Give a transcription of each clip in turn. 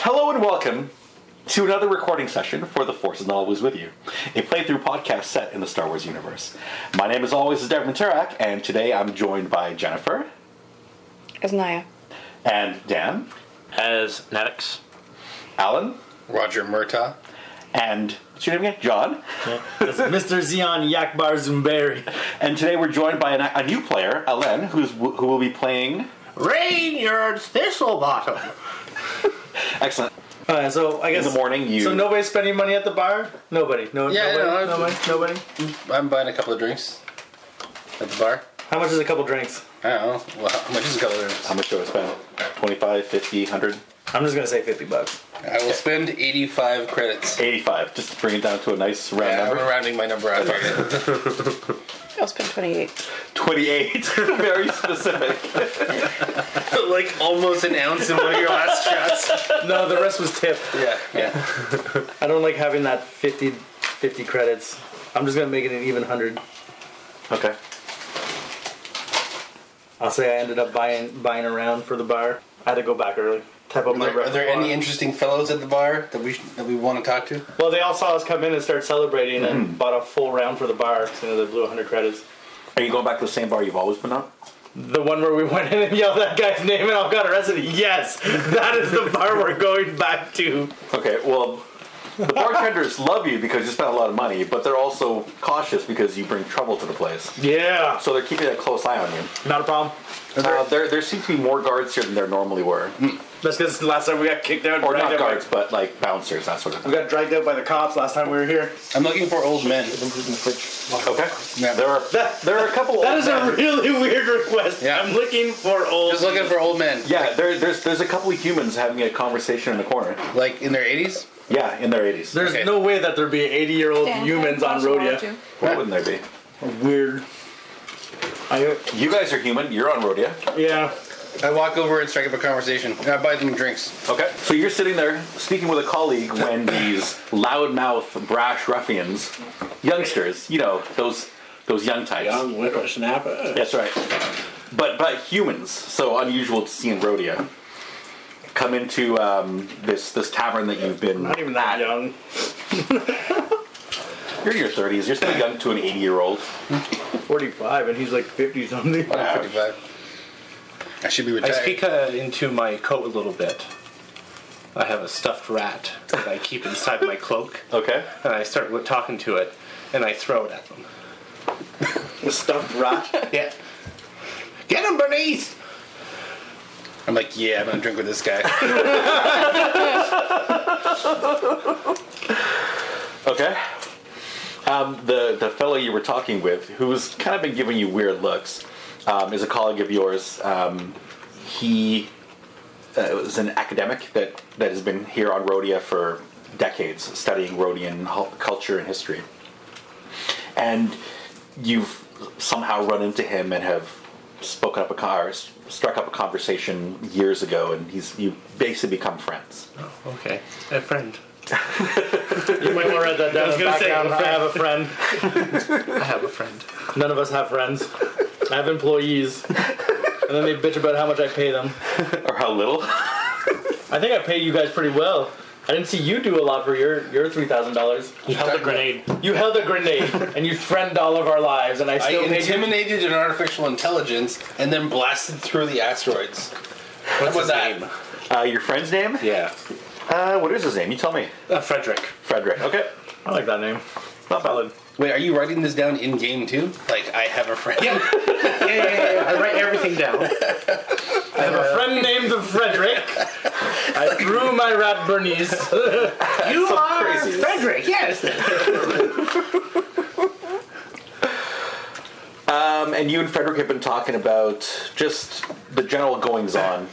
Hello and welcome to another recording session for The Force is Not Always With You, a playthrough podcast set in the Star Wars universe. My name, as always, is Devin Turak, and today I'm joined by Jennifer As Naya. and Dan, as Netix. Alan, Roger Murtaugh. and what's your name again? John. Mr. Zion Yakbar Zumberi. And today we're joined by an, a new player, Alen, who's, who will be playing. Rain your thistle bottom. Excellent. Uh, so I guess the morning, you- So nobody's spending money at the bar. Nobody. No. Yeah, nobody, no, I- nobody. Nobody. I'm buying a couple of drinks at the bar. How much is a couple drinks? I don't know. Well, how much is a couple of drinks? How much do I spend? 25, 50, 100? I'm just gonna say fifty bucks. I will spend 85 credits. 85, just to bring it down to a nice round Yeah, I'm number. rounding my number out. here. I'll spend 28. 28. Very specific. like almost an ounce in one of your last shots. No, the rest was tip. Yeah, yeah. I don't like having that 50, 50 credits. I'm just gonna make it an even hundred. Okay. I'll say I ended up buying buying around for the bar. I had to go back early. Type up Are my there, are there repertoire. any interesting fellows at the bar that we sh- that we want to talk to? Well, they all saw us come in and start celebrating Mm-hmm. and bought a full round for the bar. as soon as they blew hundred credits. Are you going back to the same bar you've always been at? The one where we went in and yelled that guy's name and all got arrested. Yes, that is the bar we're going back to. Okay, well, the bartenders love you because you spent a lot of money, but they're also cautious because you bring trouble to the place. Yeah, So they're keeping a close eye on you. not a problem. Uh, there, there seem to be more guards here than there normally were. That's because last time we got kicked out. Or dragged not out by- guards, but like bouncers, that sort of We thing. got dragged out by the cops last time we were here. I'm looking for old men. Okay. Yeah. There are That- there are a couple. That old is men. a really weird request. Yeah. I'm looking for old. Just looking for old men, yeah. There, there's there's a couple of humans having a conversation in the corner. like in their 80s. Yeah, in their 80s. There's Okay. no way that there'd be 80 year old humans on Rhodia. Why wouldn't there be? Weird. I You guys are human. You're on Rhodia. yeah. I walk over and strike up a conversation, and I buy them drinks. Okay. So you're sitting there speaking with a colleague when these loudmouth, brash ruffians, youngsters, you know those those young types. Young whippersnapper. That's right. But but humans, so unusual to see in Rhodia, come into um, this this tavern that you've been. Not even that young. You're in your 30s. You're still young to an 80 year old. 45, and he's like 50 something. I'm 55. I should be I retired. peek uh, into my coat a little bit. I have a stuffed rat that I keep inside my cloak, Okay. and I start wi- talking to it, and I throw it at them. Stuffed rat. Yeah. Get him, Bernice! I'm like, yeah, I'm gonna drink with this guy. Okay. Um, the the fellow you were talking with, who's kind of been giving you weird looks, um, is a colleague of yours. Um, he uh, was an academic that that has been here on Rhodia for decades, studying Rhodian hul- culture and history. And you've somehow run into him and have spoken up a car, struck up a conversation years ago, and he's you basically become friends. Okay, a friend. you might want to write that down. I was in the gonna say, background. friend. I have a friend. I have a friend. None of us have friends. I have employees. And then they bitch about how much I pay them. Or how little? I think I pay you guys pretty well. I didn't see you do a lot for your your three thousand dollars. You held a grenade. You held a grenade and you threatened all of our lives, and I I still paid you. intimidated an artificial intelligence and then blasted through the asteroids. What's was his that? name? Uh, your friend's name? Yeah. Uh, what is his name? You tell me. Uh, Frederick. Frederick. Okay. I like that name. Not valid. Wait, are you writing this down in game too? Like, I have a friend. Yeah, yeah, yeah, yeah. I write everything down. I have a friend named Frederick. I threw my rat Bernice. You are crazy. Frederick, yes. Um, and you and Frederick have been talking about just the general goings on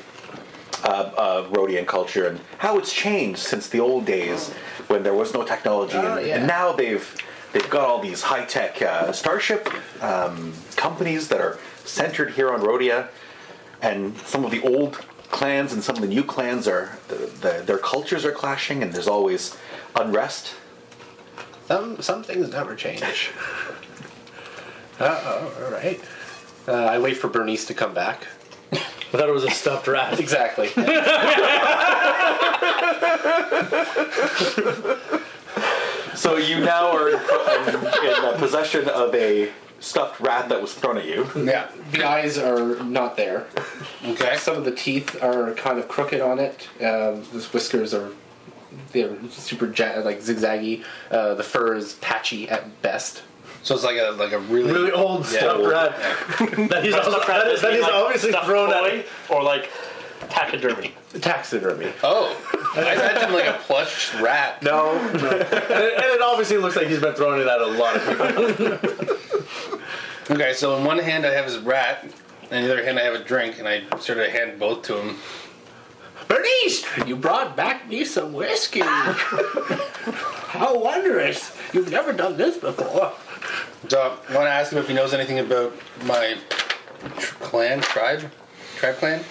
uh, of Rhodian culture and how it's changed since the old days when there was no technology, and, and now they've they've got all these high tech uh, starship um, companies that are centered here on Rhodia, and some of the old clans and some of the new clans are the, the, their cultures are clashing, and there's always unrest. Some some things never change. Uh oh, all right. Uh, I wait for Bernice to come back. I thought it was a stuffed rat. Exactly. So you now are in, in uh, possession of a stuffed rat that was thrown at you. yeah, the eyes are not there. Okay. Some of the teeth are kind of crooked on it. Um, the whiskers are they're super ja- like zigzaggy. Uh, the fur is patchy at best. So it's like a like a really, Really old stuffed old. rat. that he's, Stuffed rat that doesn't is, that mean, is like, obviously stuffed thrown at toy or like taxidermy. Taxidermy. Oh, I imagine like a plush rat. No, no. and, it, and it obviously looks like he's been throwing it at a lot of people. Okay, so in one hand I have his rat, and the other hand I have a drink, and I sort of hand both to him. Bernice, you brought back me some whiskey. How wondrous! You've never done this before. So I want to ask him if he knows anything about my tr- clan, tribe, tribe clan,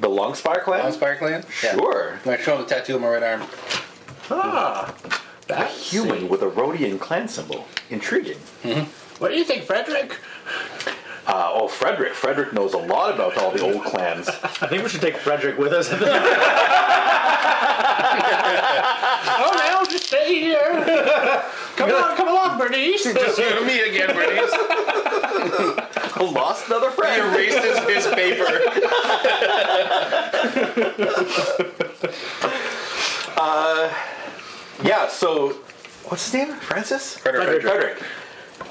The Longspire clan? Longspire clan. Yeah. Sure. And I show him the tattoo on my right arm. Ah, that Human with a Rhodian clan symbol. Intriguing. What do you think, Frederick? Uh, oh, Frederick. Frederick knows a lot about all the old clans. I think we should take Frederick with us. At Oh, now just stay here. come on, come along, Bernice. Just you and me again, Bernice. Lost another friend. Erased his, his paper. Yeah, so what's his name? Francis? Frederick. Frederick.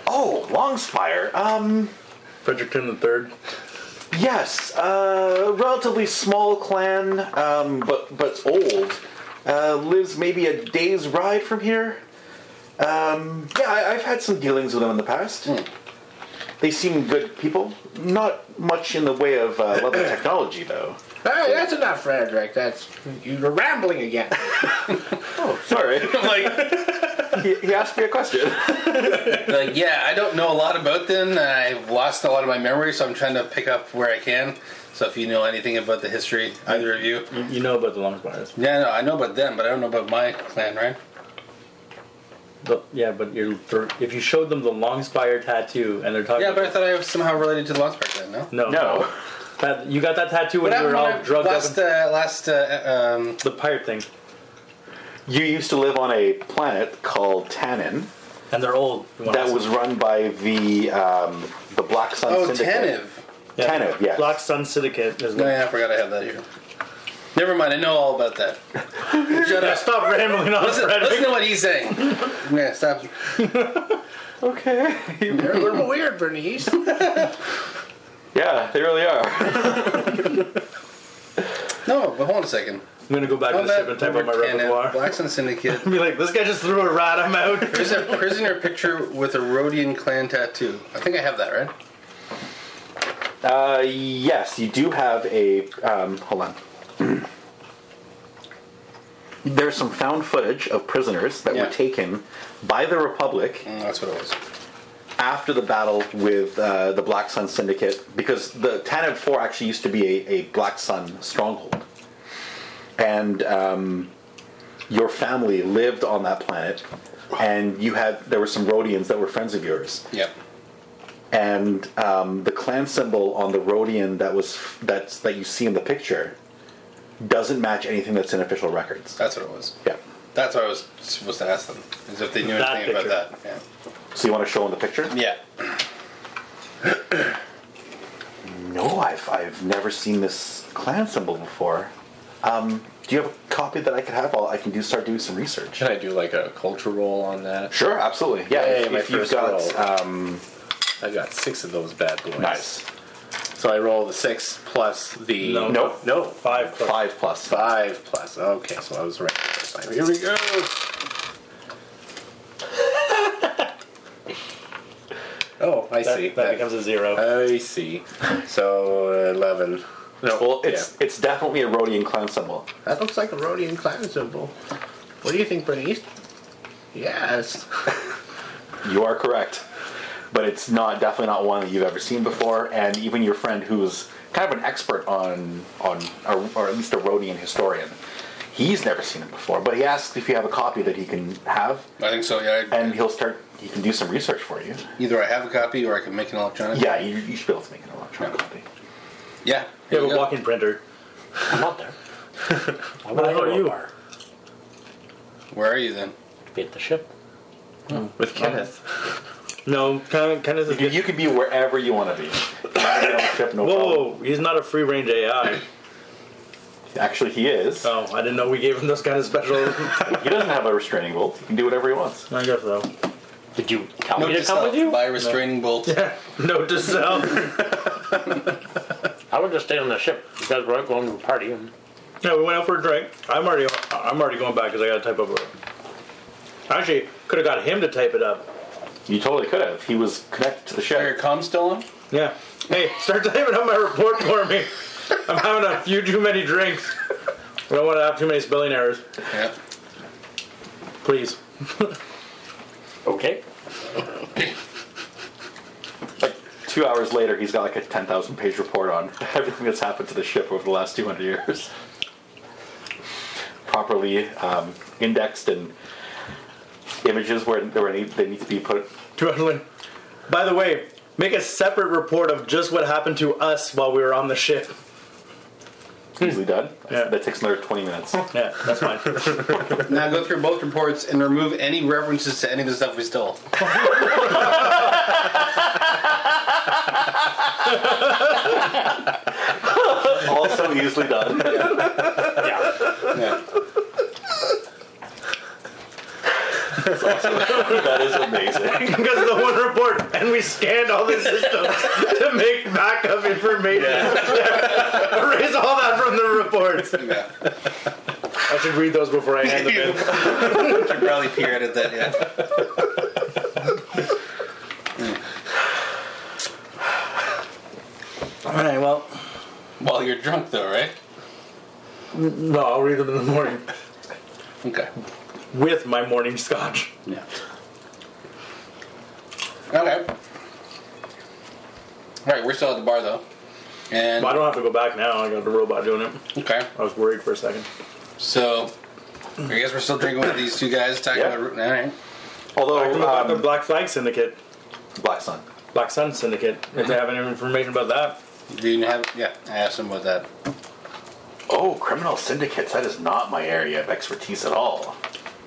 Oh, Longspire. Um, Frederick Tim the Third. yes. Uh, relatively small clan, um, but but old. Uh, lives maybe a day's ride from here. Um, yeah, I, I've had some dealings with them in the past. They seem good people. Not much in the way of uh, level of technology, though. Hey, that's enough, Frederick. That's you're rambling again. Sorry, like, he, he asked me a question. like, yeah, I don't know a lot about them. and I've lost a lot of my memory, so I'm trying to pick up where I can. So if you know anything about the history, either of you, You know about the Longspires. yeah, no, I know about them, but I don't know about my clan, right? But, yeah, but you're thir- if you showed them the Longspire tattoo and they're talking. Yeah, but I thought I was somehow related to the Longspire clan. No. no, No. That- you got that tattoo What when you happened were when all I drugged up. last, and- uh, last, uh, um, the pirate thing, You used to live on a planet called Tannin and they're old. You wanna that ask was them. run by the um, the Black Sun oh, Syndicate. Taniv. Tannin, yes. Black Sun Syndicate is No, what. yeah, I forgot I have that here. Never mind, I know all about that. Shut up. Stop rambling on, Listen, Frederick. listen to what he's saying. Yeah, stop. Okay. You're a little weird, Bernice. yeah, they really are. No, but hold on a second. I'm gonna go back All to the ship and that type out my Robert Cannon, repertoire. Black Sun Syndicate. Be like, this guy just threw a rat. I'm out. There's a prisoner picture with a Rhodian clan tattoo. I think I have that, right? Uh, yes, you do have a. Um, hold on. There's some found footage of prisoners that Yeah. were taken by the Republic Mm, that's what it was. after the battle with uh, the Black Sun Syndicate, because the Tanib Four actually used to be a, a Black Sun stronghold, and um, your family lived on that planet, and you had there were some Rhodians that were friends of yours, Yep. and um, the clan symbol on the Rhodian that was that's that you see in the picture doesn't match anything that's in official records. That's what it was. Yeah. That's what I was supposed to ask them, is if they knew That anything about picture. that. So you want to show them the picture? Yeah. No, I've, I've never seen this clan symbol before. Um, do you have a copy that I could have? I'll, I can do start doing some research. Can I do like a culture roll on that? Sure, absolutely. Yeah, Yay, if, my if you've first got roll. um, I got six of those bad boys. nice So I roll the six plus the No. Nope. no Five. plus- five plus. five plus. Okay, so I was right. the first time. Here we go. oh, I That, see. that becomes a zero. I see. uh, So eleven. No, Well, it's it's definitely a Rhodian clan symbol. yeah. that looks like a Rhodian clan symbol. What do you think, Bernice? Yes. You are correct, but it's not definitely not one that you've ever seen before. And even your friend, who's kind of an expert on on or, or at least a Rhodian historian, he's never seen it before. But he asks if you have a copy that he can have, I think so. Yeah. I, and he'll start. He can do some research for you. either I have a copy or I can make an electronic. Yeah, you, you should be able to make an electronic copy. Yeah. you here have we a go. walk-in printer. I'm not there. I wonder hell where are you? you are. Where are you then? Be at the ship. With Kenneth. No, kind of, kind of. You, you can be wherever you want to be. Ship, no problem. Whoa, he's not a free range AI. Actually, he is. Oh, I didn't know we gave him those kind of special. He doesn't have a restraining bolt. He can do whatever he wants. I guess so. Did you tell Note me to to come self, with you? Buy restraining bolts. Note to self. I would just stay on the ship. You guys were out going to a party. And Yeah, we went out for a drink. I'm already, I'm already going back because I got to type up. a- Actually, could have got him to type it up. You totally could have. He was connected to the Are your ship. comms still on? Yeah. Hey, start typing up my report for me. I'm having a few too many drinks. I don't want to have too many spelling errors. Yeah. Please. okay. Like two hours later, he's got like a ten thousand page report on everything that's happened to the ship over the last two hundred years, properly um, indexed and images where there were any, they need to be put. Dwindling. By the way, make a separate report of just what happened to us while we were on the ship. Hmm. Easily done. Yeah. That takes another twenty minutes. Yeah, that's fine. Now go through both reports and remove any references to any of the stuff we stole. also easily done. Yeah. Yeah. that is amazing. because of the one report, and we scanned all the systems to make backup information. Erase all that from the reports. yeah. I should read those before I hand them in. Should probably peer edit that. Yeah. All right, well, While you're drunk, though, right? no, I'll read them in the morning Okay. with my morning scotch. Yeah. Okay. Right, we're still at the bar though, and But I don't have to go back now. I got the robot doing it. okay. I was worried for a second. So I guess we're still drinking with these two guys talking Yeah. about. All right. I can go Although back to um, Black Flag Syndicate, Black Sun. Black Sun Syndicate. If they have any information about that, Do you have? Yeah, I asked him about that. Oh, criminal syndicates. That is not my area of expertise at all.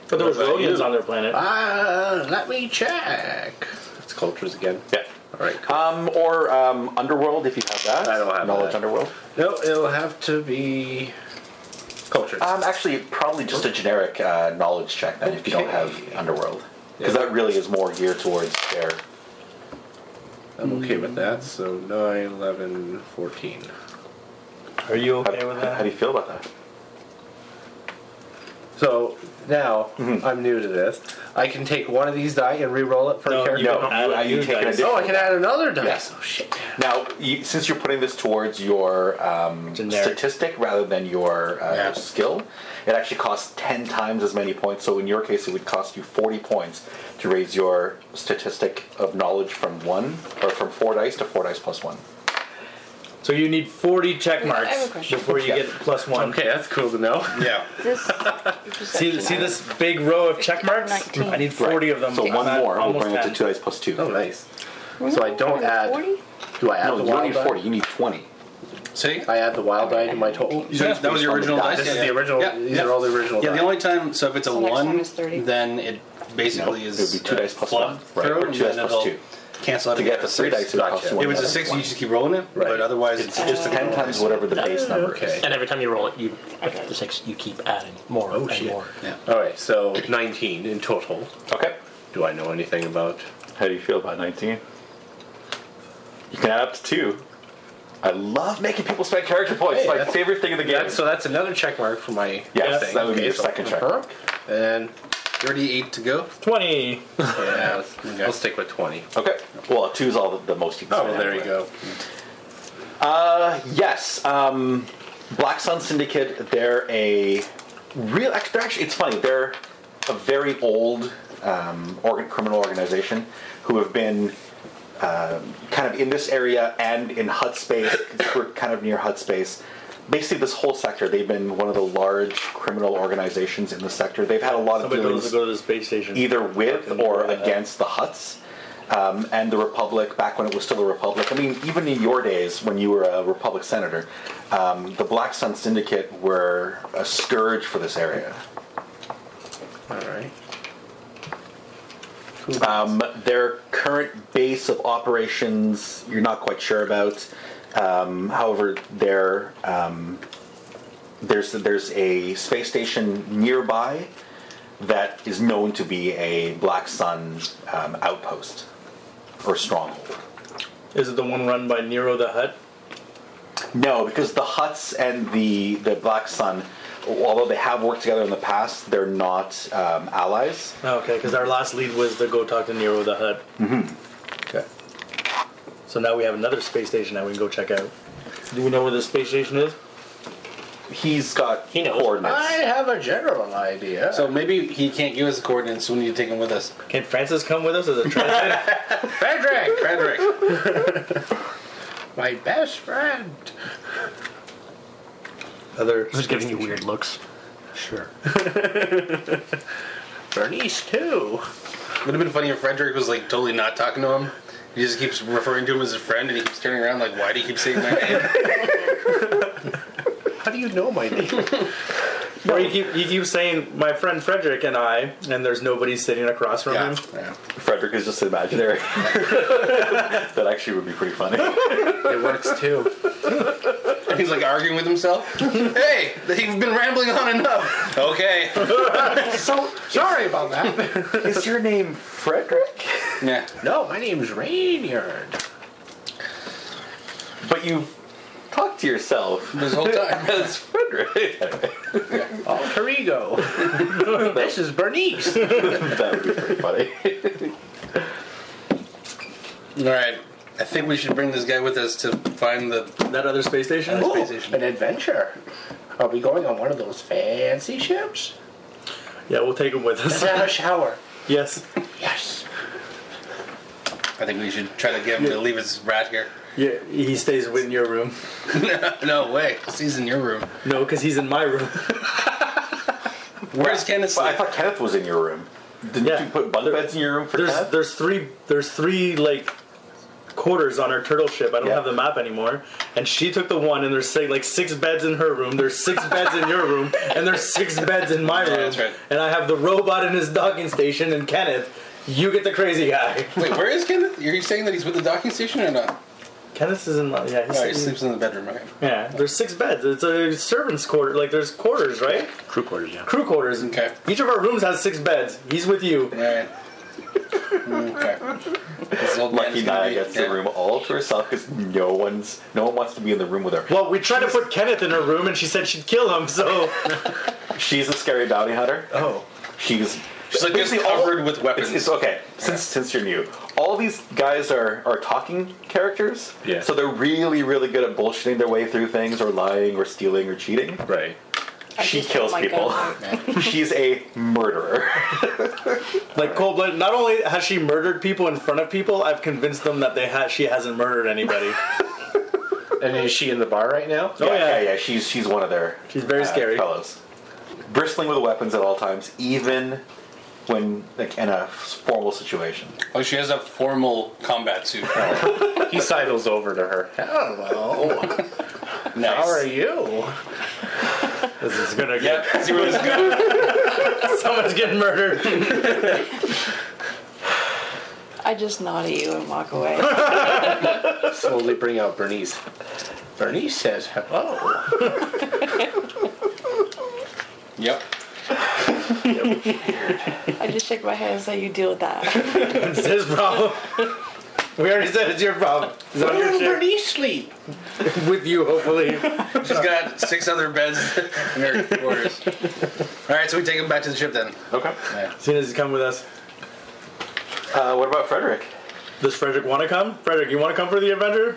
but there was aliens on their planet. Ah, let me check. It's cultures again. Yeah. All right. Cool. Um, or um, Underworld, if you have that. I don't have Knowledge that. Underworld. No, it'll have to be cultures. Um, actually, probably just a generic uh, knowledge check then if you don't have Okay. Underworld. Yeah. Because that really is more geared towards their. I'm okay Mm. with that. So 9, 11, 14. Are you How, okay with how do that? you feel about that? So now Mm-hmm. I'm new to this. I can take one of these die and re-roll it for No, a character. You No, can add you- a you new take an dice. additional Oh, I can add another die. Yes. Oh shit. Now, you, since you're putting this towards your um, Generic. statistic rather than your uh, Yeah. skill, it actually costs 10 times as many points. So, in your case, it would cost you 40 points to raise your statistic of knowledge from one or from four dice to four dice plus one. So you need 40 check I have marks a question. before you get plus one. Okay, that's cool to know. Yeah. This See, see this big row of check marks? 19. I need 40 of them. So, one That more will almost bring it to had- two dice plus two. Oh, nice. So I don't add. Forty. Do I add no, the you don't wild need die? 40, you need 20. See, I add the wild die to my total. So Yeah. that was your On the original die. dice. This yeah, is yeah. the original. Yeah, These yeah. are all the original. Yeah, die. the only time. So if it's a So next one, one is 30. then it basically No, is. it would be two uh, dice plus flub one, right, through, or and two dice then plus it'll two. Cancel out To get the three dice, it would cost you If one it's a die. six, you just keep rolling it. Right. But otherwise, it's, It's just 10 times whatever the base number is. Okay. And every time you roll it, you the six, you keep adding more Oh, and shit. more. Yeah. All right, so 19 in total. Okay. Do I know anything about? How do you feel about 19? You can add up to two. I love making people spend character points. Hey, my that's- favorite thing in the game. That's, so that's another check mark for my yes, thing. that would be Okay, your so- second check. Uh-huh. And Thirty-eight to go. 20. Yeah, let's- I'll stick with 20. Okay. Well, two's all the, the most you can Oh, spend well, there you anyway. go. Uh, yes. Um, Black Sun Syndicate. They're a real. act- They're actually. It's funny. They're a very old um, organ, criminal organization who have been um, kind of in this area and in Hut Space. 'cause we're kind of near Hut Space. Basically, this whole sector. They've been one of the large criminal organizations in the sector. They've had a lot of Somebody dealings goes to go to the space station. either with Fucking or do that. against the Huts um, and the Republic back when it was still a Republic. I mean, even in your days when you were a Republic senator, um, the Black Sun Syndicate were a scourge for this area. All right. Um, their current base of operations, you're not quite sure about. Um, however, their um, there's there's a space station nearby that is known to be a Black Sun um, outpost or stronghold. Is it the one run by Nero the Hut? No, because the Huts and the the Black Sun, although they have worked together in the past, they're not um, allies. Oh, okay, because our last lead was to go talk to Nero the Hut. Mm-hmm. Okay. So now we have another space station that we can go check out. Do we know where the space station is? He's got He knows. coordinates. have a general idea. So maybe he can't give us the coordinates, so we need to take him with us. Can Francis come with us as a translator? Frederick! Frederick! my best friend. other Who's giving you weird looks? Sure. Bernice, too. Would have been funny if Frederick was like totally not talking to him. He just keeps referring to him as a friend, and he keeps turning around like, "Why do you keep saying my name?" How do you know my name? Or you keep, you keep saying, my friend Frederick and I, and there's nobody sitting across from yeah. him. yeah. Frederick is just imaginary. that actually would be pretty funny. it works, too. And he's like arguing with himself. hey, you've been rambling on enough. Okay. so, Sorry about that. is your name Frederick? Yeah. no, my name's Rainyard. But you talk to yourself This whole time. as Frederick. Alter ego. this is Bernice. that would be pretty funny. All right. I think we should bring this guy with us to find the That other space station? Other Ooh, space station. an adventure. Are we going on one of those fancy ships? Yeah, we'll take him with Let's us. have a shower. yes. Yes. I think we should try to get him to leave his rat here. Yeah, he stays in your room. no way. 'cause He's in your room. No, because he's in my room. Where's Kenneth? But I sleep? thought Kenneth was in your room. Didn't Yeah. you put bunk beds in your room for There's Kenneth? there's three there's three like quarters on our turtle ship. I don't Yeah. have the map anymore. And she took the one, and there's say, like six beds in her room. There's six beds in your room, and there's six beds in my room. that's right. And I have the robot in his docking station, and Kenneth, you get the crazy guy. Wait, where is Kenneth? Are you saying that he's with the docking station or not? Kenneth is in my yeah. He's No, he sitting- sleeps in the bedroom. Okay. yeah, there's six beds. It's a servants' quarter. Like there's quarters, right? Crew quarters, yeah. Crew quarters. Okay. Each of our rooms has six beds. He's with you. All right. Okay. This old man Lucky is gonna Naya be- gets yeah. the room all to herself because no one's no one wants to be in the room with her. Well, we tried to put Kenneth in her room, and she said she'd kill him. So She's a scary bounty hunter. Oh. She's She's like just basically all- covered with weapons. It's, it's okay. Since since you're new, all these guys are are talking characters. Yeah. So they're really really good at bullshitting their way through things, or lying, or stealing, or cheating. Right. She just kills don't like people. She's a murderer. Like cold blooded. Not only has she murdered people in front of people, I've convinced them that they ha- she hasn't murdered anybody. And is she in the bar right now? Oh, yeah. yeah, yeah. She's she's one of their uh, She's very scary. fellows. Bristling with weapons at all times, even when like in a formal situation. Oh, she has a formal combat suit. He sidles over to her. Hello. nice. How are you? This is gonna get Yep. See where this goes. someone's getting murdered. I just nod at you and walk away. Slowly bring out Bernice. Bernice says hello. Yep. I just shake my head and say, "You deal with that." It's his problem. We already said it's your problem. It's on your ship. sleep? With you, hopefully. She's got six other beds in her quarters. All right, so we take him back to the ship then. Okay. As soon as you come with us. Uh, what about Frederick? Does Frederick want to come? Frederick, you want to come for the adventure?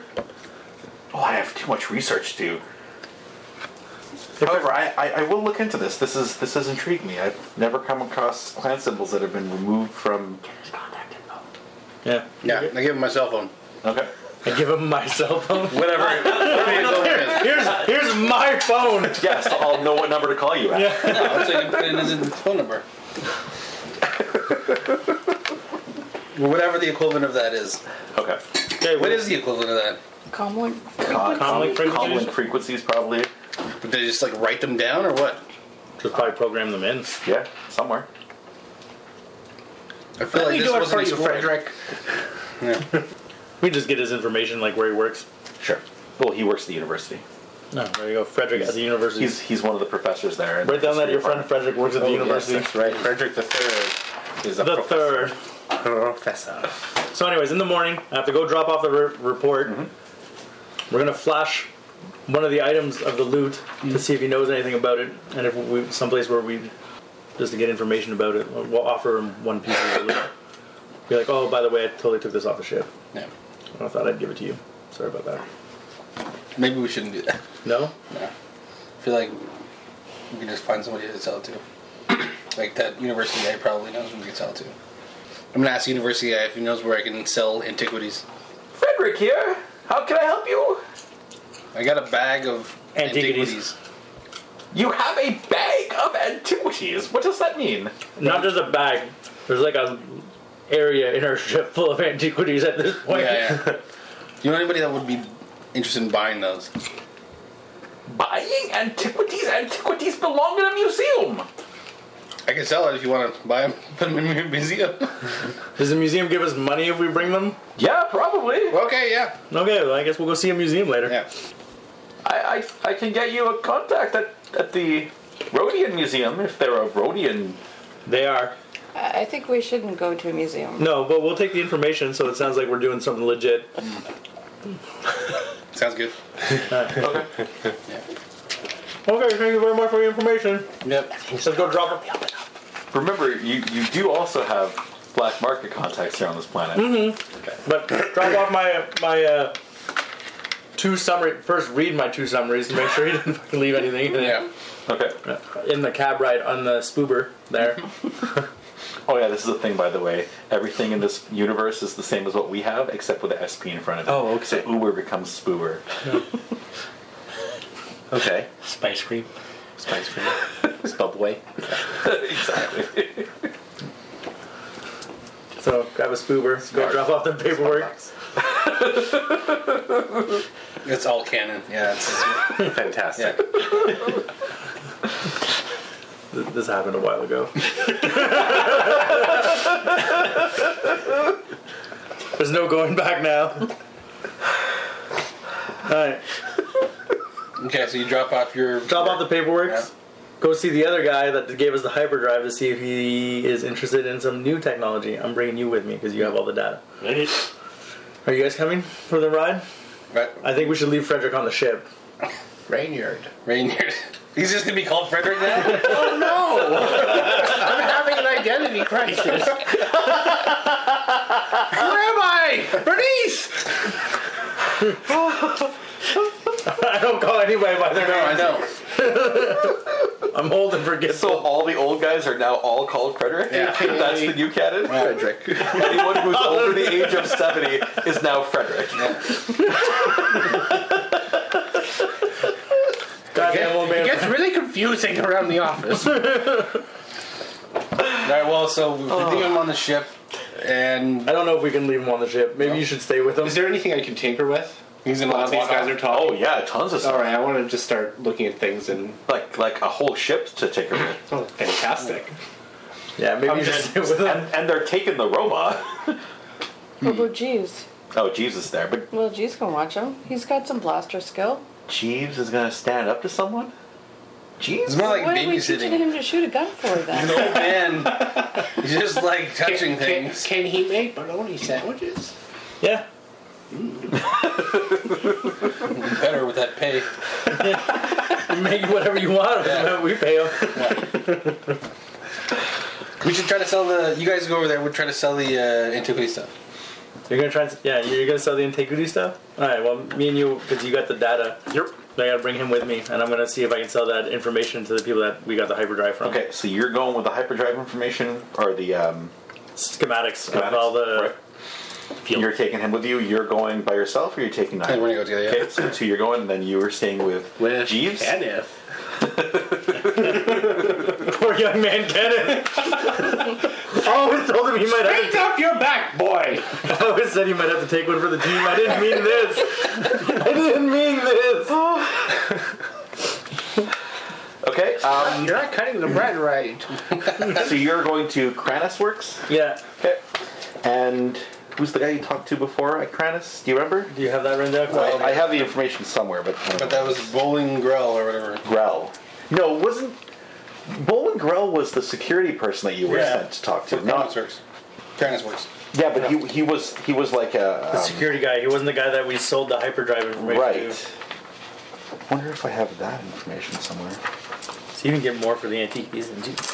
Oh, I have too much research to do. However, I, I, I will look into this. This is this has intrigued me. I've never come across clan symbols that have been removed from. Yeah. Yeah, I give him my cell phone. Okay. I give him my cell phone. Whatever. whatever his own is. here's here's my phone. Yes, I'll know what number to call you at. Yeah. Oh, so you can put in his phone number. Whatever the equivalent of that is. Okay. Okay, What is the equivalent of that? Comlink. Con- Comlink frequencies? comlink frequencies, probably. Did they just like write them down or what? Just probably program them in. Yeah, somewhere. I feel like this wasn't explored. We just get his information, like where he works. Sure. Well, he works at the university. No, there you go. Frederick at the university. He's he's one of the professors there. in Write down that history your friend department. Frederick works at the university. Yes, that's right. Frederick the Third is a the professor. third. professor. So, anyways, in the morning, I have to go drop off the re- report. We're gonna flash one of the items of the loot to see if he knows anything about it, and if we someplace where we just to get information about it. We'll we'll offer him one piece of the loot. Be like, oh, by the way, I totally took this off the ship. Yeah. I thought I'd give it to you. Sorry about that. Maybe we shouldn't do that. No, I feel like we can just find somebody to sell it to. like that university guy probably knows who we can sell it to. I'm gonna ask the university guy if he knows where I can sell antiquities. Frederick here. How can I help you? I got a bag of Antiquities. antiquities. You have a bag of antiquities. What does that mean? not just a bag. There's like a area in our ship full of antiquities at this point. Yeah, yeah. Do you know anybody that would be interested in buying those? Buying antiquities? Antiquities belong in a museum. I can sell it if you want to buy them, put them in your museum. Does the museum give us money if we bring them? Yeah, probably. okay, yeah, Okay, well, I guess we'll go see a museum later. yeah. I, I, I can get you a contact at, at the Rhodian Museum if they're a Rhodian. They are. I I think we shouldn't go to a museum. No, but we'll take the information so it sounds like we're doing something legit. Sounds good. Okay. Okay, thank you very much for the information. Yep. Let's go drop her. Remember, you, you do also have black market contacts here on this planet. But drop off my my uh, two summary. First, read my two summaries to make sure he didn't fucking leave anything in, Yeah. Okay. in the cab ride on the spoober there. Oh yeah, this is a thing by the way. Everything in this universe is the same as what we have, except with the SP in front of it. Oh, okay. So Uber becomes Spoober. Okay. Spice cream. Spice for you. Spubway. exactly. So grab a spoober, go drop off the paperwork. It's all canon. Yeah, it's, it's- Fantastic. yeah. Th- This happened a while ago. There's no going back now. All right. Okay, so you drop off your Drop off the paperwork. Yeah. Go see the other guy that gave us the hyperdrive to see if he is interested in some new technology. I'm bringing you with me because you have all the data. Are you guys coming for the ride? Ra- I think we should leave Frederick on the ship. Rainyard. Rainier. He's just gonna be called Frederick now. I'm having an identity crisis. Where am I? Bernice! I don't call anybody by their no, I name. know. I'm old and forgetful. So all the old guys are now all called Frederick. Yeah. That's the new canon. Frederick. Anyone who's over the age of seventy is now Frederick. Goddamn old It man. gets really confusing around the office. All right. Well, so we leave him on the ship, and I don't know if we can leave him on the ship. Maybe you should stay with him. Is there anything I can tinker with? he's gonna While walk these guys off. are Oh talking. yeah, tons of stuff. Alright, I want to just start looking at things and. Like like a whole ship to tinker with. Oh, fantastic. Yeah, maybe you should stay with him. And, and they're taking the Roma. What about Jeeves? Oh, Jeeves is there, but Well, Jeeves can watch him. He's got some blaster skill. Jeeves is gonna stand up to someone. It's Jeeves. more like what are we teaching babysitting. him to shoot a gun for An then? old man. He's just like touching Can- things. Can, can he make bologna sandwiches? Yeah. Better with that pay. Make whatever you want. We pay them. We should try to sell the. You guys go over there. We'll try to sell the uh, antiquity stuff. You're gonna try. And, yeah, you're gonna sell the integrity stuff. All right. Well, me and you, because you got the data. Yep. I gotta bring him with me, and I'm gonna see if I can sell that information to the people that we got the hyperdrive from. Okay, so you're going with the hyperdrive information or the um, Schematics, of schematics, all the. right? You're taking him with you. You're going by yourself, or you're taking I think nine. we're gonna go together. Yeah. Okay, so two you're going, and then you are staying with, With Jeeves. Kenneth. Poor young man, Kenneth. I always told him he might have. Pick up your back, boy! I always said he might have to take one for the team. I didn't mean this. I didn't mean this. Okay, um, You're not cutting the bread right. so you're going to Kranis Works. Yeah. Okay, and who's the guy you talked to before at Kranis? Do you remember? Do you have that written down? I, I have the information somewhere, but But that was Bowling Grell or whatever. Grell. No, it wasn't. Bowen Grell was the security person that you were Yeah. sent to talk to. Grandma's Not, works. Grandma's works. yeah, but he, he was he was like a the um, security guy. He wasn't the guy that we sold the hyperdrive information to. right. Wonder if I have that information somewhere. So you can get more for the antique pieces than Jesus.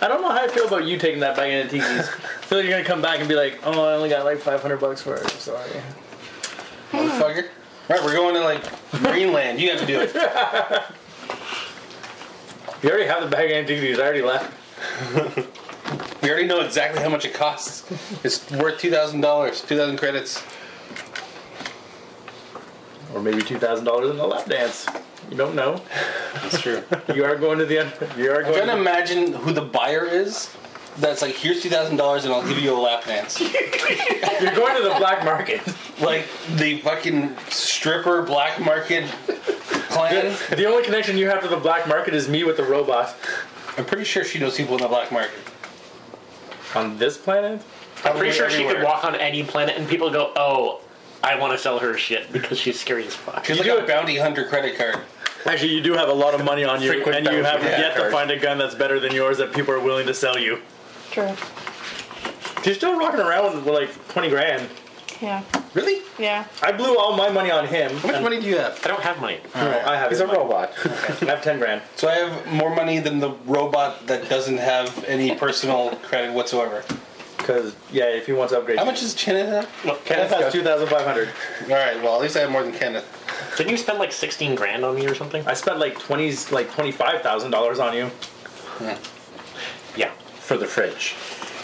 I don't know how I feel about you taking that back in antique piece. I feel like you're gonna come back and be like, oh, I only got like 500 bucks for it. I'm sorry. Hmm. Motherfucker. Right, we're going to like Greenland. You have to do it. You already have the bag of antiquities. I already left. We already know exactly how much it costs. It's worth two thousand dollars, two thousand credits. Or maybe $2,000 in the lap dance. You don't know. That's true. You are going to the end. You I'm are going. trying To, to imagine who the buyer is. That's like, here's two thousand dollars, and I'll give you a lap dance. you're going to the black market. like the fucking stripper black market clan. The only connection you have to the black market is me with the robot. I'm pretty sure she knows people in the black market. On this planet? I'm pretty sure she everywhere. could walk on any planet and people go, oh, I want to sell her shit because she's scary as fuck. She's like do a it. bounty hunter credit card. Actually, you do have a lot of money on you, Frequent and you have thousand, yeah, yet to card. find a gun that's better than yours that people are willing to sell you. True. You're still rocking around with like 20 grand. Yeah. Really? Yeah. I blew all my money on him. How much money do you have? I don't have money. I have He's his a money. robot. I have 10 grand. So I have more money than the robot that doesn't have any personal credit whatsoever. Because, yeah, if he wants to upgrade. How much is Kenneth have? Look, Kenneth has 2,500. All right. Well, at least I have more than Kenneth. Didn't you spend like 16 grand on me or something? I spent like 20s, like $25,000 on you. Yeah. For the fridge.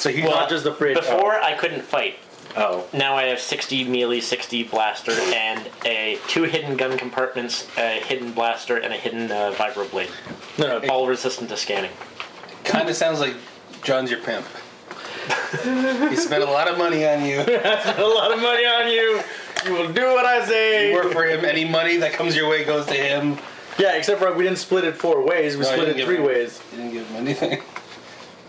So he's Well, not just the fridge. Before I couldn't fight. Oh. Now I have 60 melee, 60 blaster, and a two hidden gun compartments, a hidden blaster, and a hidden uh, vibroblade. No, no. All resistant to scanning. Kind of sounds like John's your pimp. he spent a lot of money on you. a lot of money on you. You will do what I say. You work for him. Any money that comes your way goes to him. Yeah, except for we didn't split it four ways. We No, I split didn't it give three him- ways. You didn't give him anything.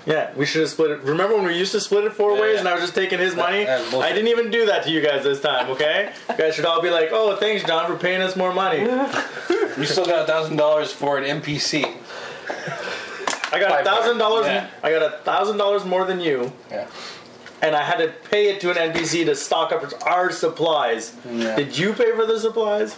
Yeah, we should have split it. Remember when we used to split it four Yeah, ways yeah. and I was just taking his money? that was bullshit. I didn't even do that to you guys this time, okay? you guys should all be like, oh, thanks, John, for paying us more money. You still got a thousand dollars for an NPC. I got a thousand dollars. Yeah. I got a thousand dollars more than you, Yeah. and I had to pay it to an NPC to stock up our supplies. Yeah. Did you pay for the supplies?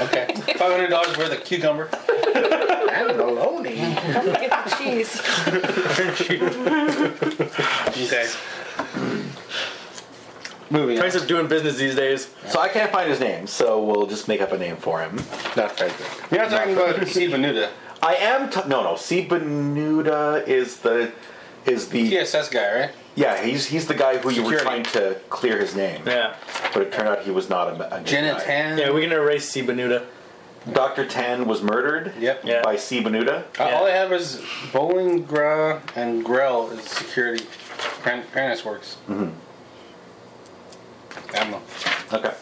Okay. Five hundred dollars worth of cucumber. And baloney. Don't forget the cheese. Jesus. Moving on. Price of doing business these days. So I can't find his name, so we'll just make up a name for him. Not Frederick. You're not talking about Steve Benuda, I am t- no no. C. Benuda is the is the yeah. TSS guy, right? he's he's the guy who you were Security. trying to clear his name, Yeah, but it turned out he was not a, a good guy. Tan. yeah. We can erase C. Benuda. Doctor Tan was murdered. Yep. Yeah. By C. Benuda. Uh, All I have is Bowling Gra and Grell is security. Gran- Grannis works. Mm-hmm. I don't know. Okay.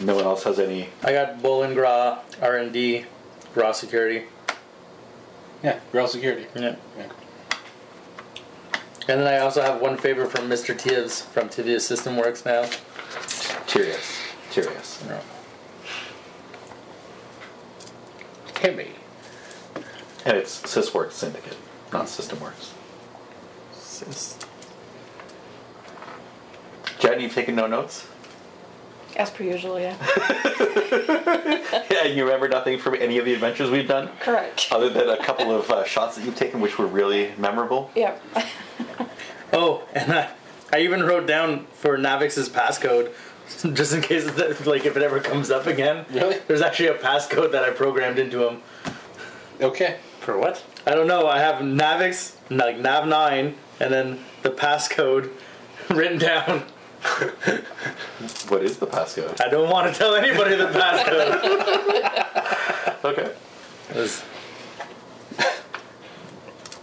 No one else has any. I got Bolin Gra R and D, Gra Security. Yeah, Grell security. Yeah. Yeah. And then I also have one favor from Mr. Tibbs from Tivia System Works now. Tyrius. Tyrius. Timmy. And it's SysWorks Syndicate, not SystemWorks. Jen, you've taken no notes? As per usual, yeah. Yeah, you remember nothing from any of the adventures we've done? Correct. Other than a couple of uh, shots that you've taken, which were really memorable. Yep. Oh, and I, I even wrote down for Navix's passcode, just in case, that, like if it ever comes up again. Really? There's actually a passcode that I programmed into him. Okay. For what? I don't know. I have Navix, like Nav nine, and then the passcode written down. What is the passcode? I don't want to tell anybody the passcode. Okay. It was-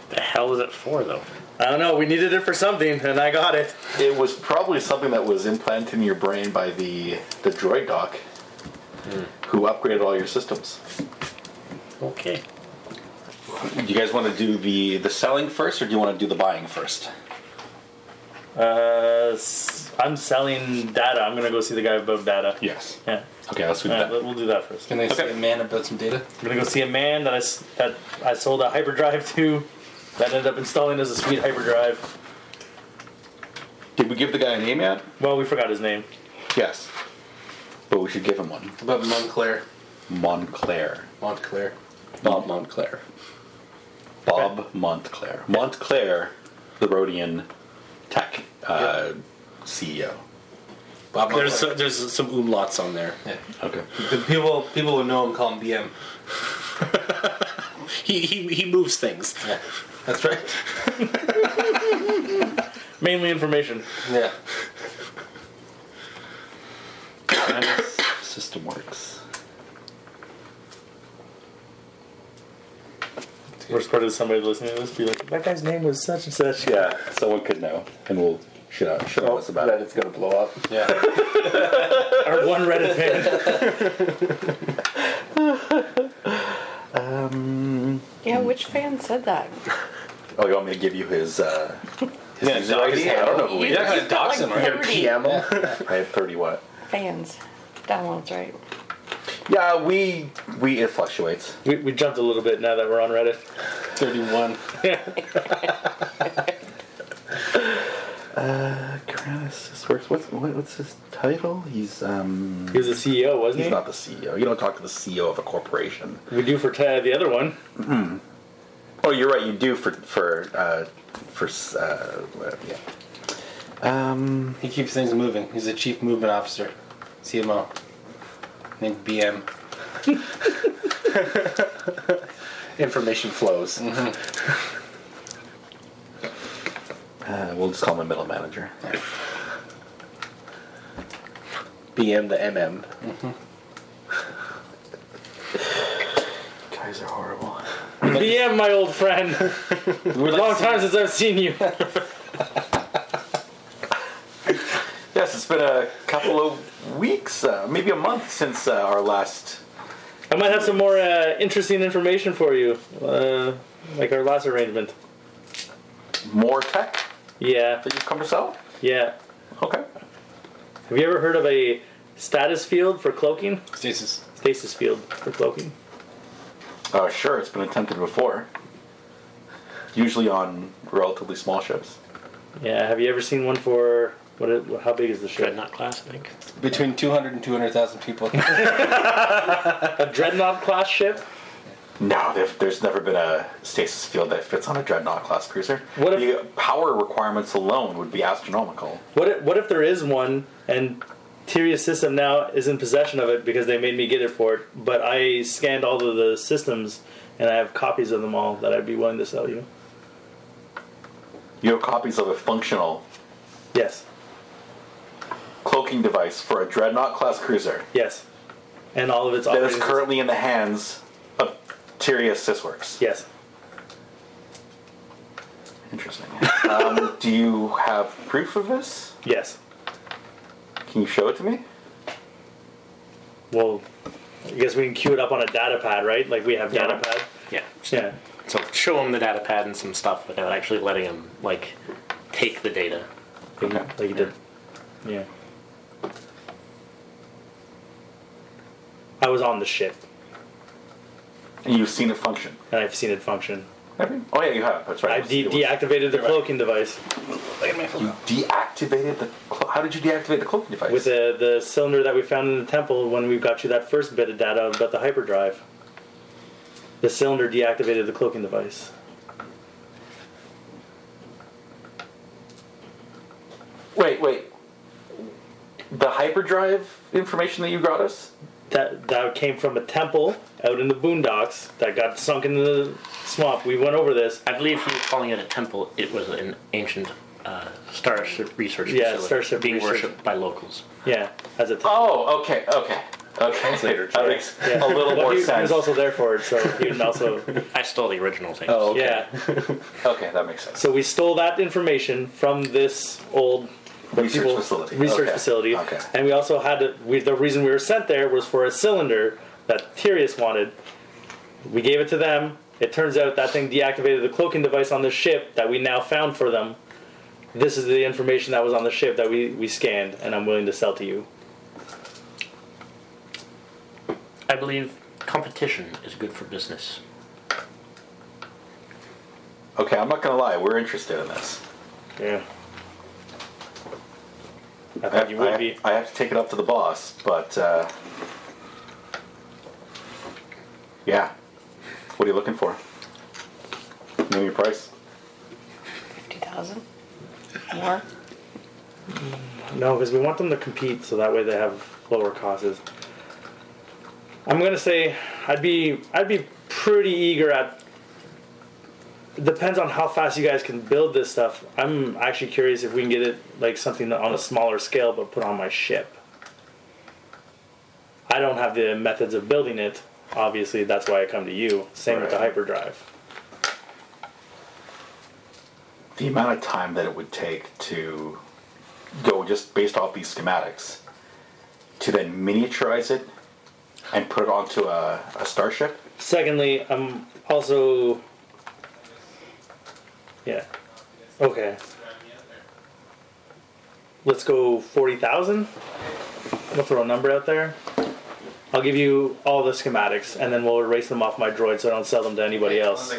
The hell is it for though? I don't know. We needed it for something, and I got it. It was probably something that was implanted in your brain by the the droid doc, who upgraded all your systems. Okay. Do you guys want to do the the selling first, or do you want to do the buying first? Uh, s- I'm selling data. I'm gonna go see the guy about data. Yes. Yeah. Okay, let's do All right, that. we'll we'll do that first. Can I say a man about some data? I'm gonna go see a man that I s- that I sold a hyperdrive to, that ended up installing as a sweet hyperdrive. Did we give the guy a name yet? Well, we forgot his name. Yes. But we should give him one. How About Montclair. Montclair. Montclair. Bob, Montclair. Bob Montclair. Montclair, the Rhodian tech uh, CEO. Bob Montclair. There's so, there's some umlauts on there. yeah. Okay. The people people who know him call him BM. he, he he moves things. yeah. That's right. Mainly information. Yeah. System works. Worst part is somebody listening to this be like, that guy's name was such and such. Yeah, someone could know, and we'll shut up. Shut up us about it. Reddit's gonna blow up. Yeah. Our one Reddit fan. yeah, which fan said that? Oh, you want me to give you his? Uh, his user ID? I don't know who he You're is. not gonna dox him, right? PM him. I have thirty what? Fans. Downloads, right? Yeah, we we it fluctuates. we, we jumped a little bit now that we're on Reddit. 31. Karanis, this works. What's what, what's his title? He's um. He was the CEO, wasn't He's he? not the CEO. You don't talk to the CEO of a corporation. We do for Ted, the other one. Oh, you're right. You do for for uh, for uh, whatever, yeah. Um, He keeps things moving. He's the chief movement officer. CMO. Named BM. Information flows. Mm-hmm. uh, we'll just call him a middle manager. BM the MM. Guys are horrible. BM, my old friend. Long time since I've seen you. Yes, it's been a couple of weeks, uh, maybe a month since uh, our last. I might have some more uh, interesting information for you, uh, like our last arrangement. More tech Yeah, that you've come to sell? yeah. Okay. Have you ever heard of a status field for cloaking? Stasis. Stasis field for cloaking. Uh, sure, it's been attempted before. Usually on relatively small ships. Yeah. Have you ever seen one for what? It, how big is the ship? Dreadnought class, I think. Between 200 and 200,000 people. A dreadnought class ship. No, there- there's never been a stasis field that fits on a dreadnought class cruiser. What if- the power requirements alone would be astronomical. What if, what if there is one and Tyria system now is in possession of it because they made me get it for it, but I scanned all of the systems and I have copies of them all that I'd be willing to sell you. You have copies of a functional Yes. cloaking device for a dreadnought class cruiser Yes. And all of its that operating is systems- currently in the hands of Tyria Sysworks. Yes. Interesting. um, do you have proof of this? Yes. Can you show it to me? Well, I guess we can queue it up on a data pad, right? Like we have data pad. Yeah. Yeah. So show them the data pad and some stuff without actually letting them like take the data. Okay. Like you did. Yeah. I was on the ship And you've seen it function. and I've seen it function. Have you? Oh yeah, you have. That's right. I It was- de- it was- deactivated the cloaking device you deactivated the. Clo- How did you deactivate the cloaking device? with the, the cylinder that we found in the temple when we got you that first bit of data about the hyperdrive. The cylinder deactivated the cloaking device. Wait, wait. The hyperdrive information that you got us. That that came from a temple out in the boondocks that got sunk in the swamp. We went over this. I believe he was calling it a temple. It was an ancient uh, starship research Yeah, facility starship being research. worshipped by locals. Yeah, as a temple. Oh, okay, okay, okay. Translator. That makes a little more he, he sense. was also there for it, so he was also I stole the original thing. oh, okay. yeah. Okay, that makes sense. So we stole that information from this old the Research people- facility. Research Okay. facility. Okay. And we also had to, we, the reason we were sent there was for a cylinder that Tyrius wanted. We gave it to them. It turns out that thing deactivated the cloaking device on the ship that we now found for them. This is the information that was on the ship that we, we scanned, and I'm willing to sell to you. I believe competition is good for business. Okay, I'm not gonna lie. We're interested in this. Yeah. I I thought have, Uh, you would I, be. I have to take it up to the boss, but uh, yeah. What are you looking for? Name your price. 50,000? More? No, because we want them to compete so that way they have lower causes. I'm gonna say I'd be I'd be pretty eager at. It depends on how fast you guys can build this stuff. I'm actually curious if we can get it like something that- on a smaller scale, but put on my ship. I don't have the methods of building it. Obviously, that's why I come to you. Same with the Right. hyperdrive. The amount of time that it would take to go just based off these schematics to then miniaturize it and put it onto a, a starship. Secondly, I'm also. Yeah. Okay. Let's go 40,000. We'll throw a number out there. I'll give you all the schematics and then we'll erase them off my droid so I don't sell them to anybody else.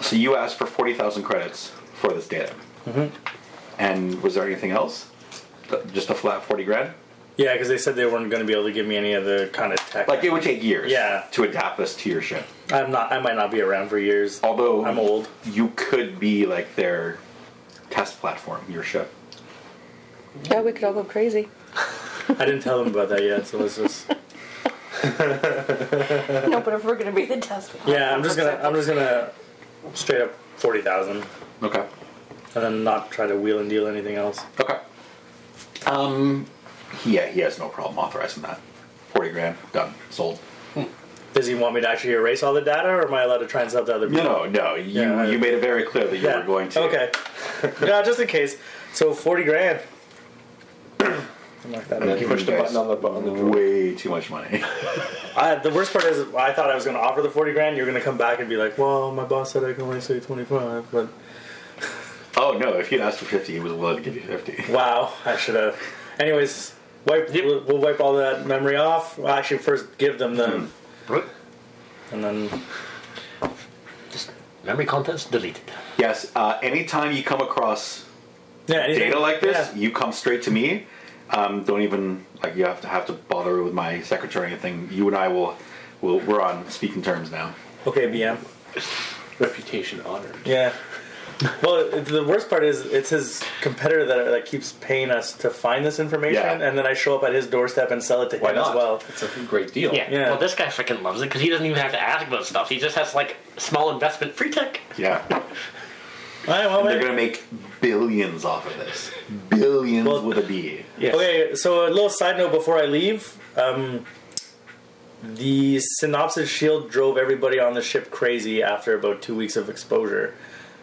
So you asked for forty thousand credits for this data. And was there anything else? Th- Just a flat forty grand. Yeah, because they said they weren't going to be able to give me any other kind of tech. Like it would take years. Yeah. To adapt this to your ship. I'm not. I might not be around for years. Although I'm old. you could be like their test platform, your ship. Yeah, we could all go crazy. I didn't tell them about that yet, so let's just. no, but if we're gonna be the test. Yeah, I'm just gonna. I'm just gonna straight up forty thousand. Okay. and then not try to wheel and deal anything else. Okay. Um. Yeah, he has no problem authorizing that. Forty grand, done, sold. Does he want me to actually erase all the data, or am I allowed to try and sell to other people? No, no, no. You Yeah, I- you made it very clear that you Yeah. were going to. Okay. yeah, just in case. So forty grand. Something like that. That You giving pushed a you guys button on the bu- on the drawer. Way too much money. I, the worst part is I thought I was going to offer the forty grand. You're going to come back and be like, "Well, my boss said I can only say twenty five, but oh no! If you'd asked for fifty, he was willing to give you fifty. wow, I should have." Anyways, wipe. We'll, we'll wipe all that memory off. Well, actually, first give them the, Hmm. and then Just memory contents deleted. Yes. Uh, anytime you come across yeah, anything- data like this, yeah. you come straight to me. Um, don't even like you have to have to bother with my secretary or anything. You and I will, will we're on speaking terms now. Okay, BM. Reputation honored. Yeah. Well, it- the worst part is it's his competitor that, that keeps paying us to find this information, Yeah. and then I show up at his doorstep and sell it to Why him not? as well. It's a great deal. Yeah. Yeah. Well, this guy freaking loves it because he doesn't even have to ask about stuff. He just has like small investment free tech. Yeah, All right, well, they're man. gonna make billions off of this. Billions Well- with a B. Yes. Okay, so a little side note before I leave. Um, the synopsis shield drove everybody on the ship crazy after about two weeks of exposure.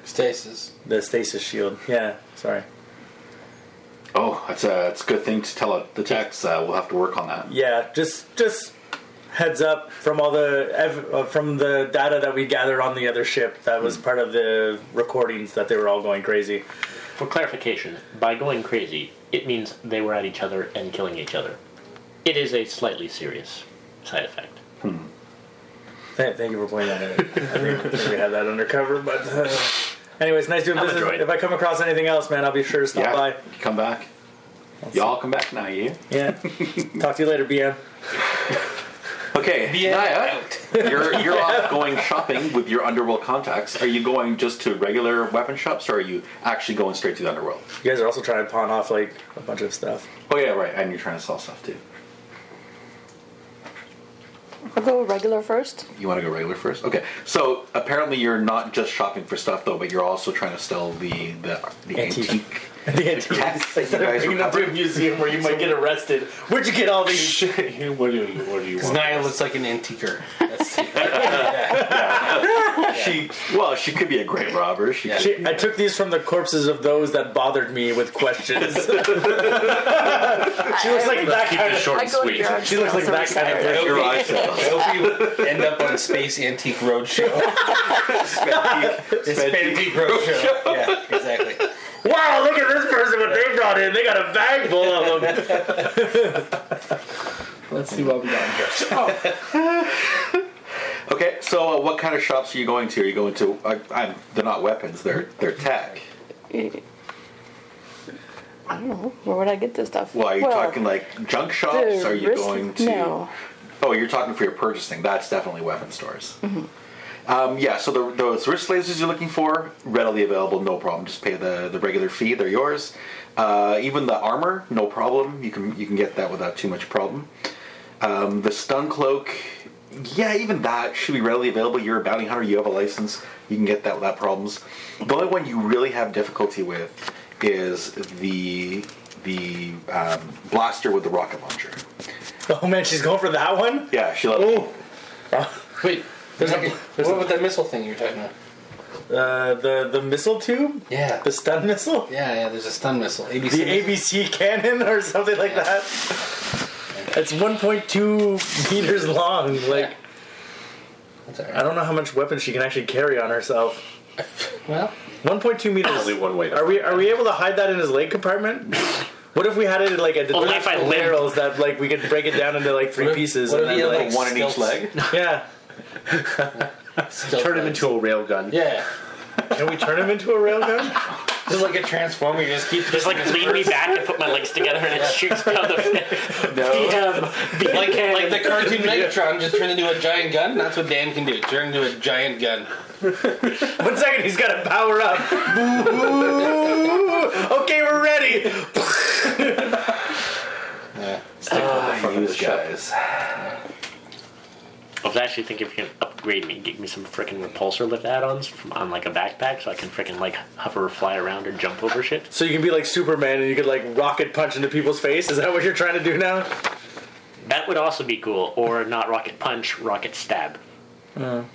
Stasis. The stasis shield. Yeah, sorry. Oh, that's a that's a good thing to tell it- the techs. Uh, we'll have to work on that. Yeah, just just heads up from all the ev- uh, from the data that we gathered on the other ship that was part of the recordings that they were all going crazy. For clarification, by going crazy, it means they were at each other and killing each other. It is a slightly serious side effect. Thank, thank you for playing that. I think, I think we had that undercover, but uh, anyways, nice doing I'm business. enjoying it. If I come across anything else, man, I'll be sure to stop Yeah. by. Come back. Y'all come back now, you. Yeah. Talk to you later, BM. Okay, Naya, you're you're off going shopping with your underworld contacts. Are you going just to regular weapon shops, or are you actually going straight to the underworld? You guys are also trying to pawn off like a bunch of stuff. Oh yeah, right. And you're trying to sell stuff too. I'll go regular first. You want to go regular first? Okay. So apparently you're not just shopping for stuff though, but you're also trying to sell the the, the Antique. antique. The antique. Yes, you guys Bringing were up to a museum where you might get arrested. Where'd you get all these? what do you What do you Because want? Naya looks like an antiquer. That's She well, she could be a great robber. She Yeah. could, Shit, I took these from the corpses of those that bothered me with questions. She looks like that kind of. Short and sweet. She looks like that kind of. That's your eye sales. I hope you end up on Space Antique Roadshow. Space Antique Roadshow. Yeah, exactly. Wow, look at this person! What they brought in? They got a bag full of them. Let's see what we got here. Okay, so uh, what kind of shops are you going to? Are you going to? Uh, I'm, they're not weapons. They're they're tech. I don't know. Where would I get this stuff? Well, are you Well, talking like junk shops? the Are you risk- going to? No. Oh, you're talking for your purchasing. That's definitely weapon stores. Um, yeah, so the, those wrist lasers you're looking for, readily available, no problem. Just pay the, the regular fee; they're yours. Uh, even the armor, no problem. You can you can get that without too much problem. Um, the stun cloak, yeah, even that should be readily available. You're a bounty hunter; you have a license. You can get that without problems. The only one you really have difficulty with is the the um, blaster with the rocket launcher. Oh man, she's going for that one. Yeah, she loves. Oh, Wait, there's like, what about that missile thing you were talking about? uh, the the missile tube, Yeah. the stun missile, Yeah, yeah, there's a stun missile. ABC. the ABC cannon or something like that. It's 1.2 meters long. Like That's all I right. don't know how much weapon she can actually carry on herself. Well, 1.2 Only meters. one way. To Are we are we able to hide that in his leg compartment? What if we had it in like a Only if I detachable limp. barrels that like we could break it down into like three What if- pieces what and if then you, like like, one in each Stealth. leg. yeah. still Turn him into a railgun. Yeah. Can we turn him into a railgun? Just like a transformer, you just keep. Just like lean me back and put my legs together and it shoots down the no. BM, Like, cannon. like the cartoon Megatron just turned into a giant gun. That's what Dan can do. Turn into a giant gun. One second, he's got to power up. Boo. okay, we're ready. Yeah. Ah, these guys. I was actually thinking if you can upgrade me, get me some frickin' repulsor lift add-ons from on like a backpack, so I can frickin' like hover, or fly around, or jump over shit. So you can be like Superman and you could like rocket punch into people's face. Is that what you're trying to do now? That would also be cool. Or not rocket punch, rocket stab. Fire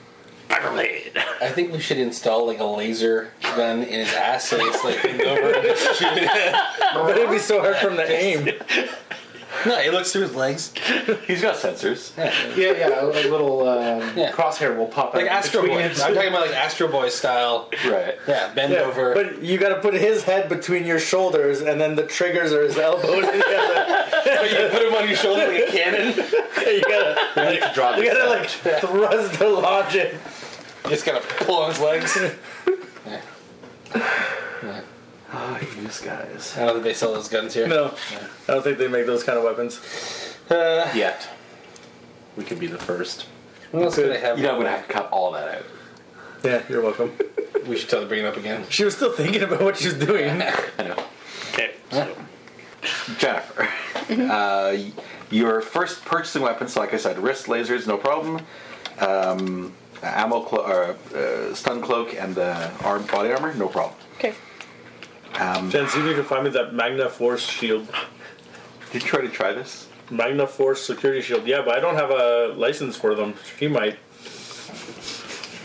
blade. I think we should install like a laser gun in his ass so it's like bend over and just shoot it. But it'd be so hard from the aim. No, he looks through his legs. He's got sensors. Yeah, yeah, a, a little um, Yeah. crosshair will pop out. Like Astro between Boy. I'm his- talking about like Astro Boy style. Right. Yeah, bend Yeah, over. But you got to put his head between your shoulders, and then the triggers are his elbows. together. But you put him on your shoulder like a cannon. you gotta, to draw you this gotta like thrust the launch in. You just gotta pull on his legs. Yeah. Yeah. Ah, these guys. I don't know that they sell those guns here. Oh, No, I don't think they make those kind of weapons. Uh, yet. We could be the first. what else could I have? You know, I'm gonna have to cut all that out. Yeah, you're welcome. We should tell her to bring it up again. She was still thinking about what she was doing. I know. Okay. So, Jennifer, uh, y- your first purchasing weapons, like I said, wrist lasers, no problem. Um, ammo, clo- uh, uh, stun cloak, and the arm body armor, no problem. Okay. Jen, see if you can find me that Magna Force shield, Did you try to try this? Magna Force security shield. Yeah, but I don't have a license for them. She might.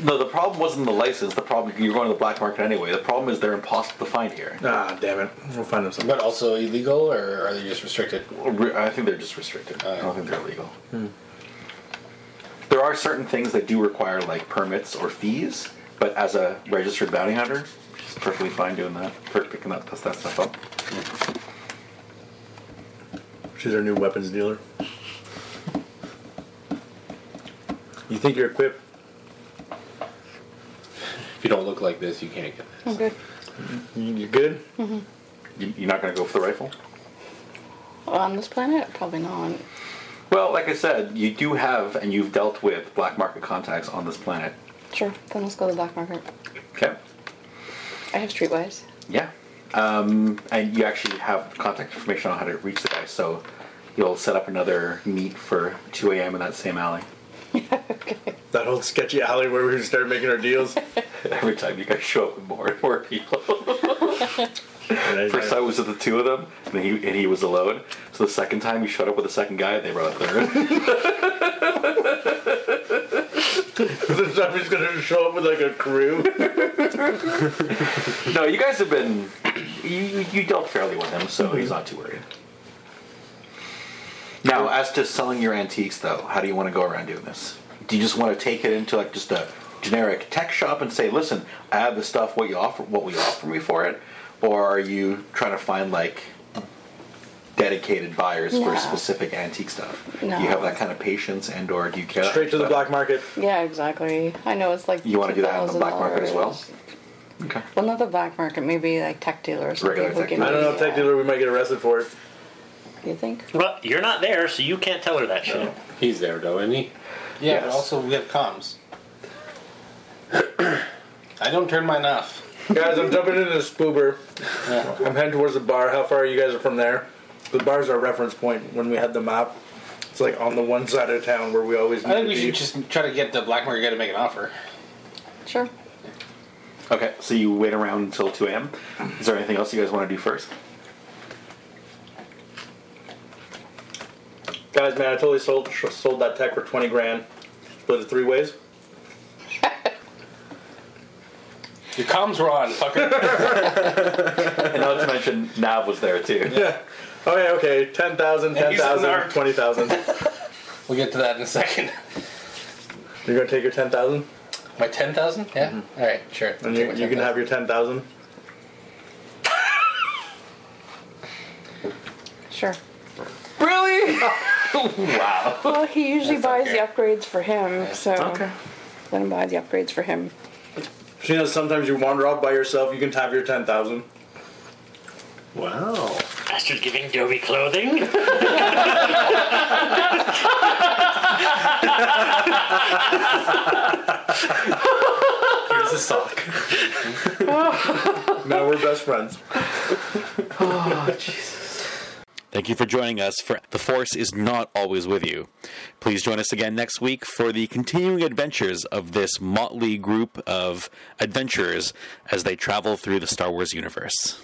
No, the problem wasn't the license. The problem you're going to the black market anyway. The problem is they're impossible to find here. Ah, damn it. We'll find them somewhere. But also illegal, or are they just restricted? Re- I think they're just restricted. I don't think they're legal. There are certain things that do require like permits or fees, but as a registered bounty hunter, she's perfectly fine doing that, per- picking that, that stuff up. She's our new weapons dealer. You think you're equipped you don't look like this, you can't get this. I'm good. You good? You- You're not going to go for the rifle? On this planet, probably not. Well, like I said, you do have and you've dealt with black market contacts on this planet. Sure. Then let's go to the black market. Okay? I have streetwise. Yeah. Um, and you actually have contact information on how to reach the guy, so you'll set up another meet for 2 a.m. in that same alley That old sketchy alley where we start making our deals. every time you guys show up with more and more people. First First time it was with the two of them, and he, and he was alone. So the second time you showed up with a second guy, they brought a third. time he's gonna show up with like a crew. no, you guys have been. You, you- you dealt fairly with him, so he's not too worried. Now, as to selling your antiques, though, how do you want to go around doing this? Do you just want to take it into like just a generic tech shop and say, "Listen, I have the stuff. What you offer? What will you offer me for it?" Or are you trying to find like dedicated buyers for No. specific antique stuff? No. Do you have that kind of patience, and/or do you care? Straight to the black market. Yeah, exactly. I know it's like. You want to do that on the black market as well? $2,000. Okay. Well, not the black market. Maybe like tech dealer or something. Regular would tech give dealer. I don't know me- if tech dealer we might get arrested for it. You think? Well, you're not there, so you can't tell her that shit. He's there though, isn't he? Yeah, but Yes. also we have comms. I don't turn mine off. Guys, I'm jumping into this spoober. I'm heading towards the bar. How far you guys are from there? The bar's our reference point when we had the map. It's like on the one side of town where we always need I think to we be. should just try to get the black market guy to make an offer. Sure. Okay, so you wait around until 2 a.m. Is there anything else you guys want to do first? Guys, man, I totally sold sold that tech for twenty grand. Split it three ways. Your comms were on, fucker. And not to mention, Nav was there too. Oh, Yeah. Okay, okay. 10,000, And he's a 10,000, narc. 20,000. we'll get to that in a second. You're going to take your 10,000 My ten thousand? Yeah. Mm-hmm. All right, sure. and you, you can have your 10,000. Sure. Really? wow. Well, he usually buys okay. the upgrades for him, so Okay. let him buy the upgrades for him. You know, sometimes you wander off by yourself, you can have your 10,000. Wow. Bastard giving Dobie clothing. Here's a sock. Now we're best friends. Thank you for joining us for The Force is Not Always With You. Please join us again next week for the continuing adventures of this motley group of adventurers as they travel through the Star Wars universe.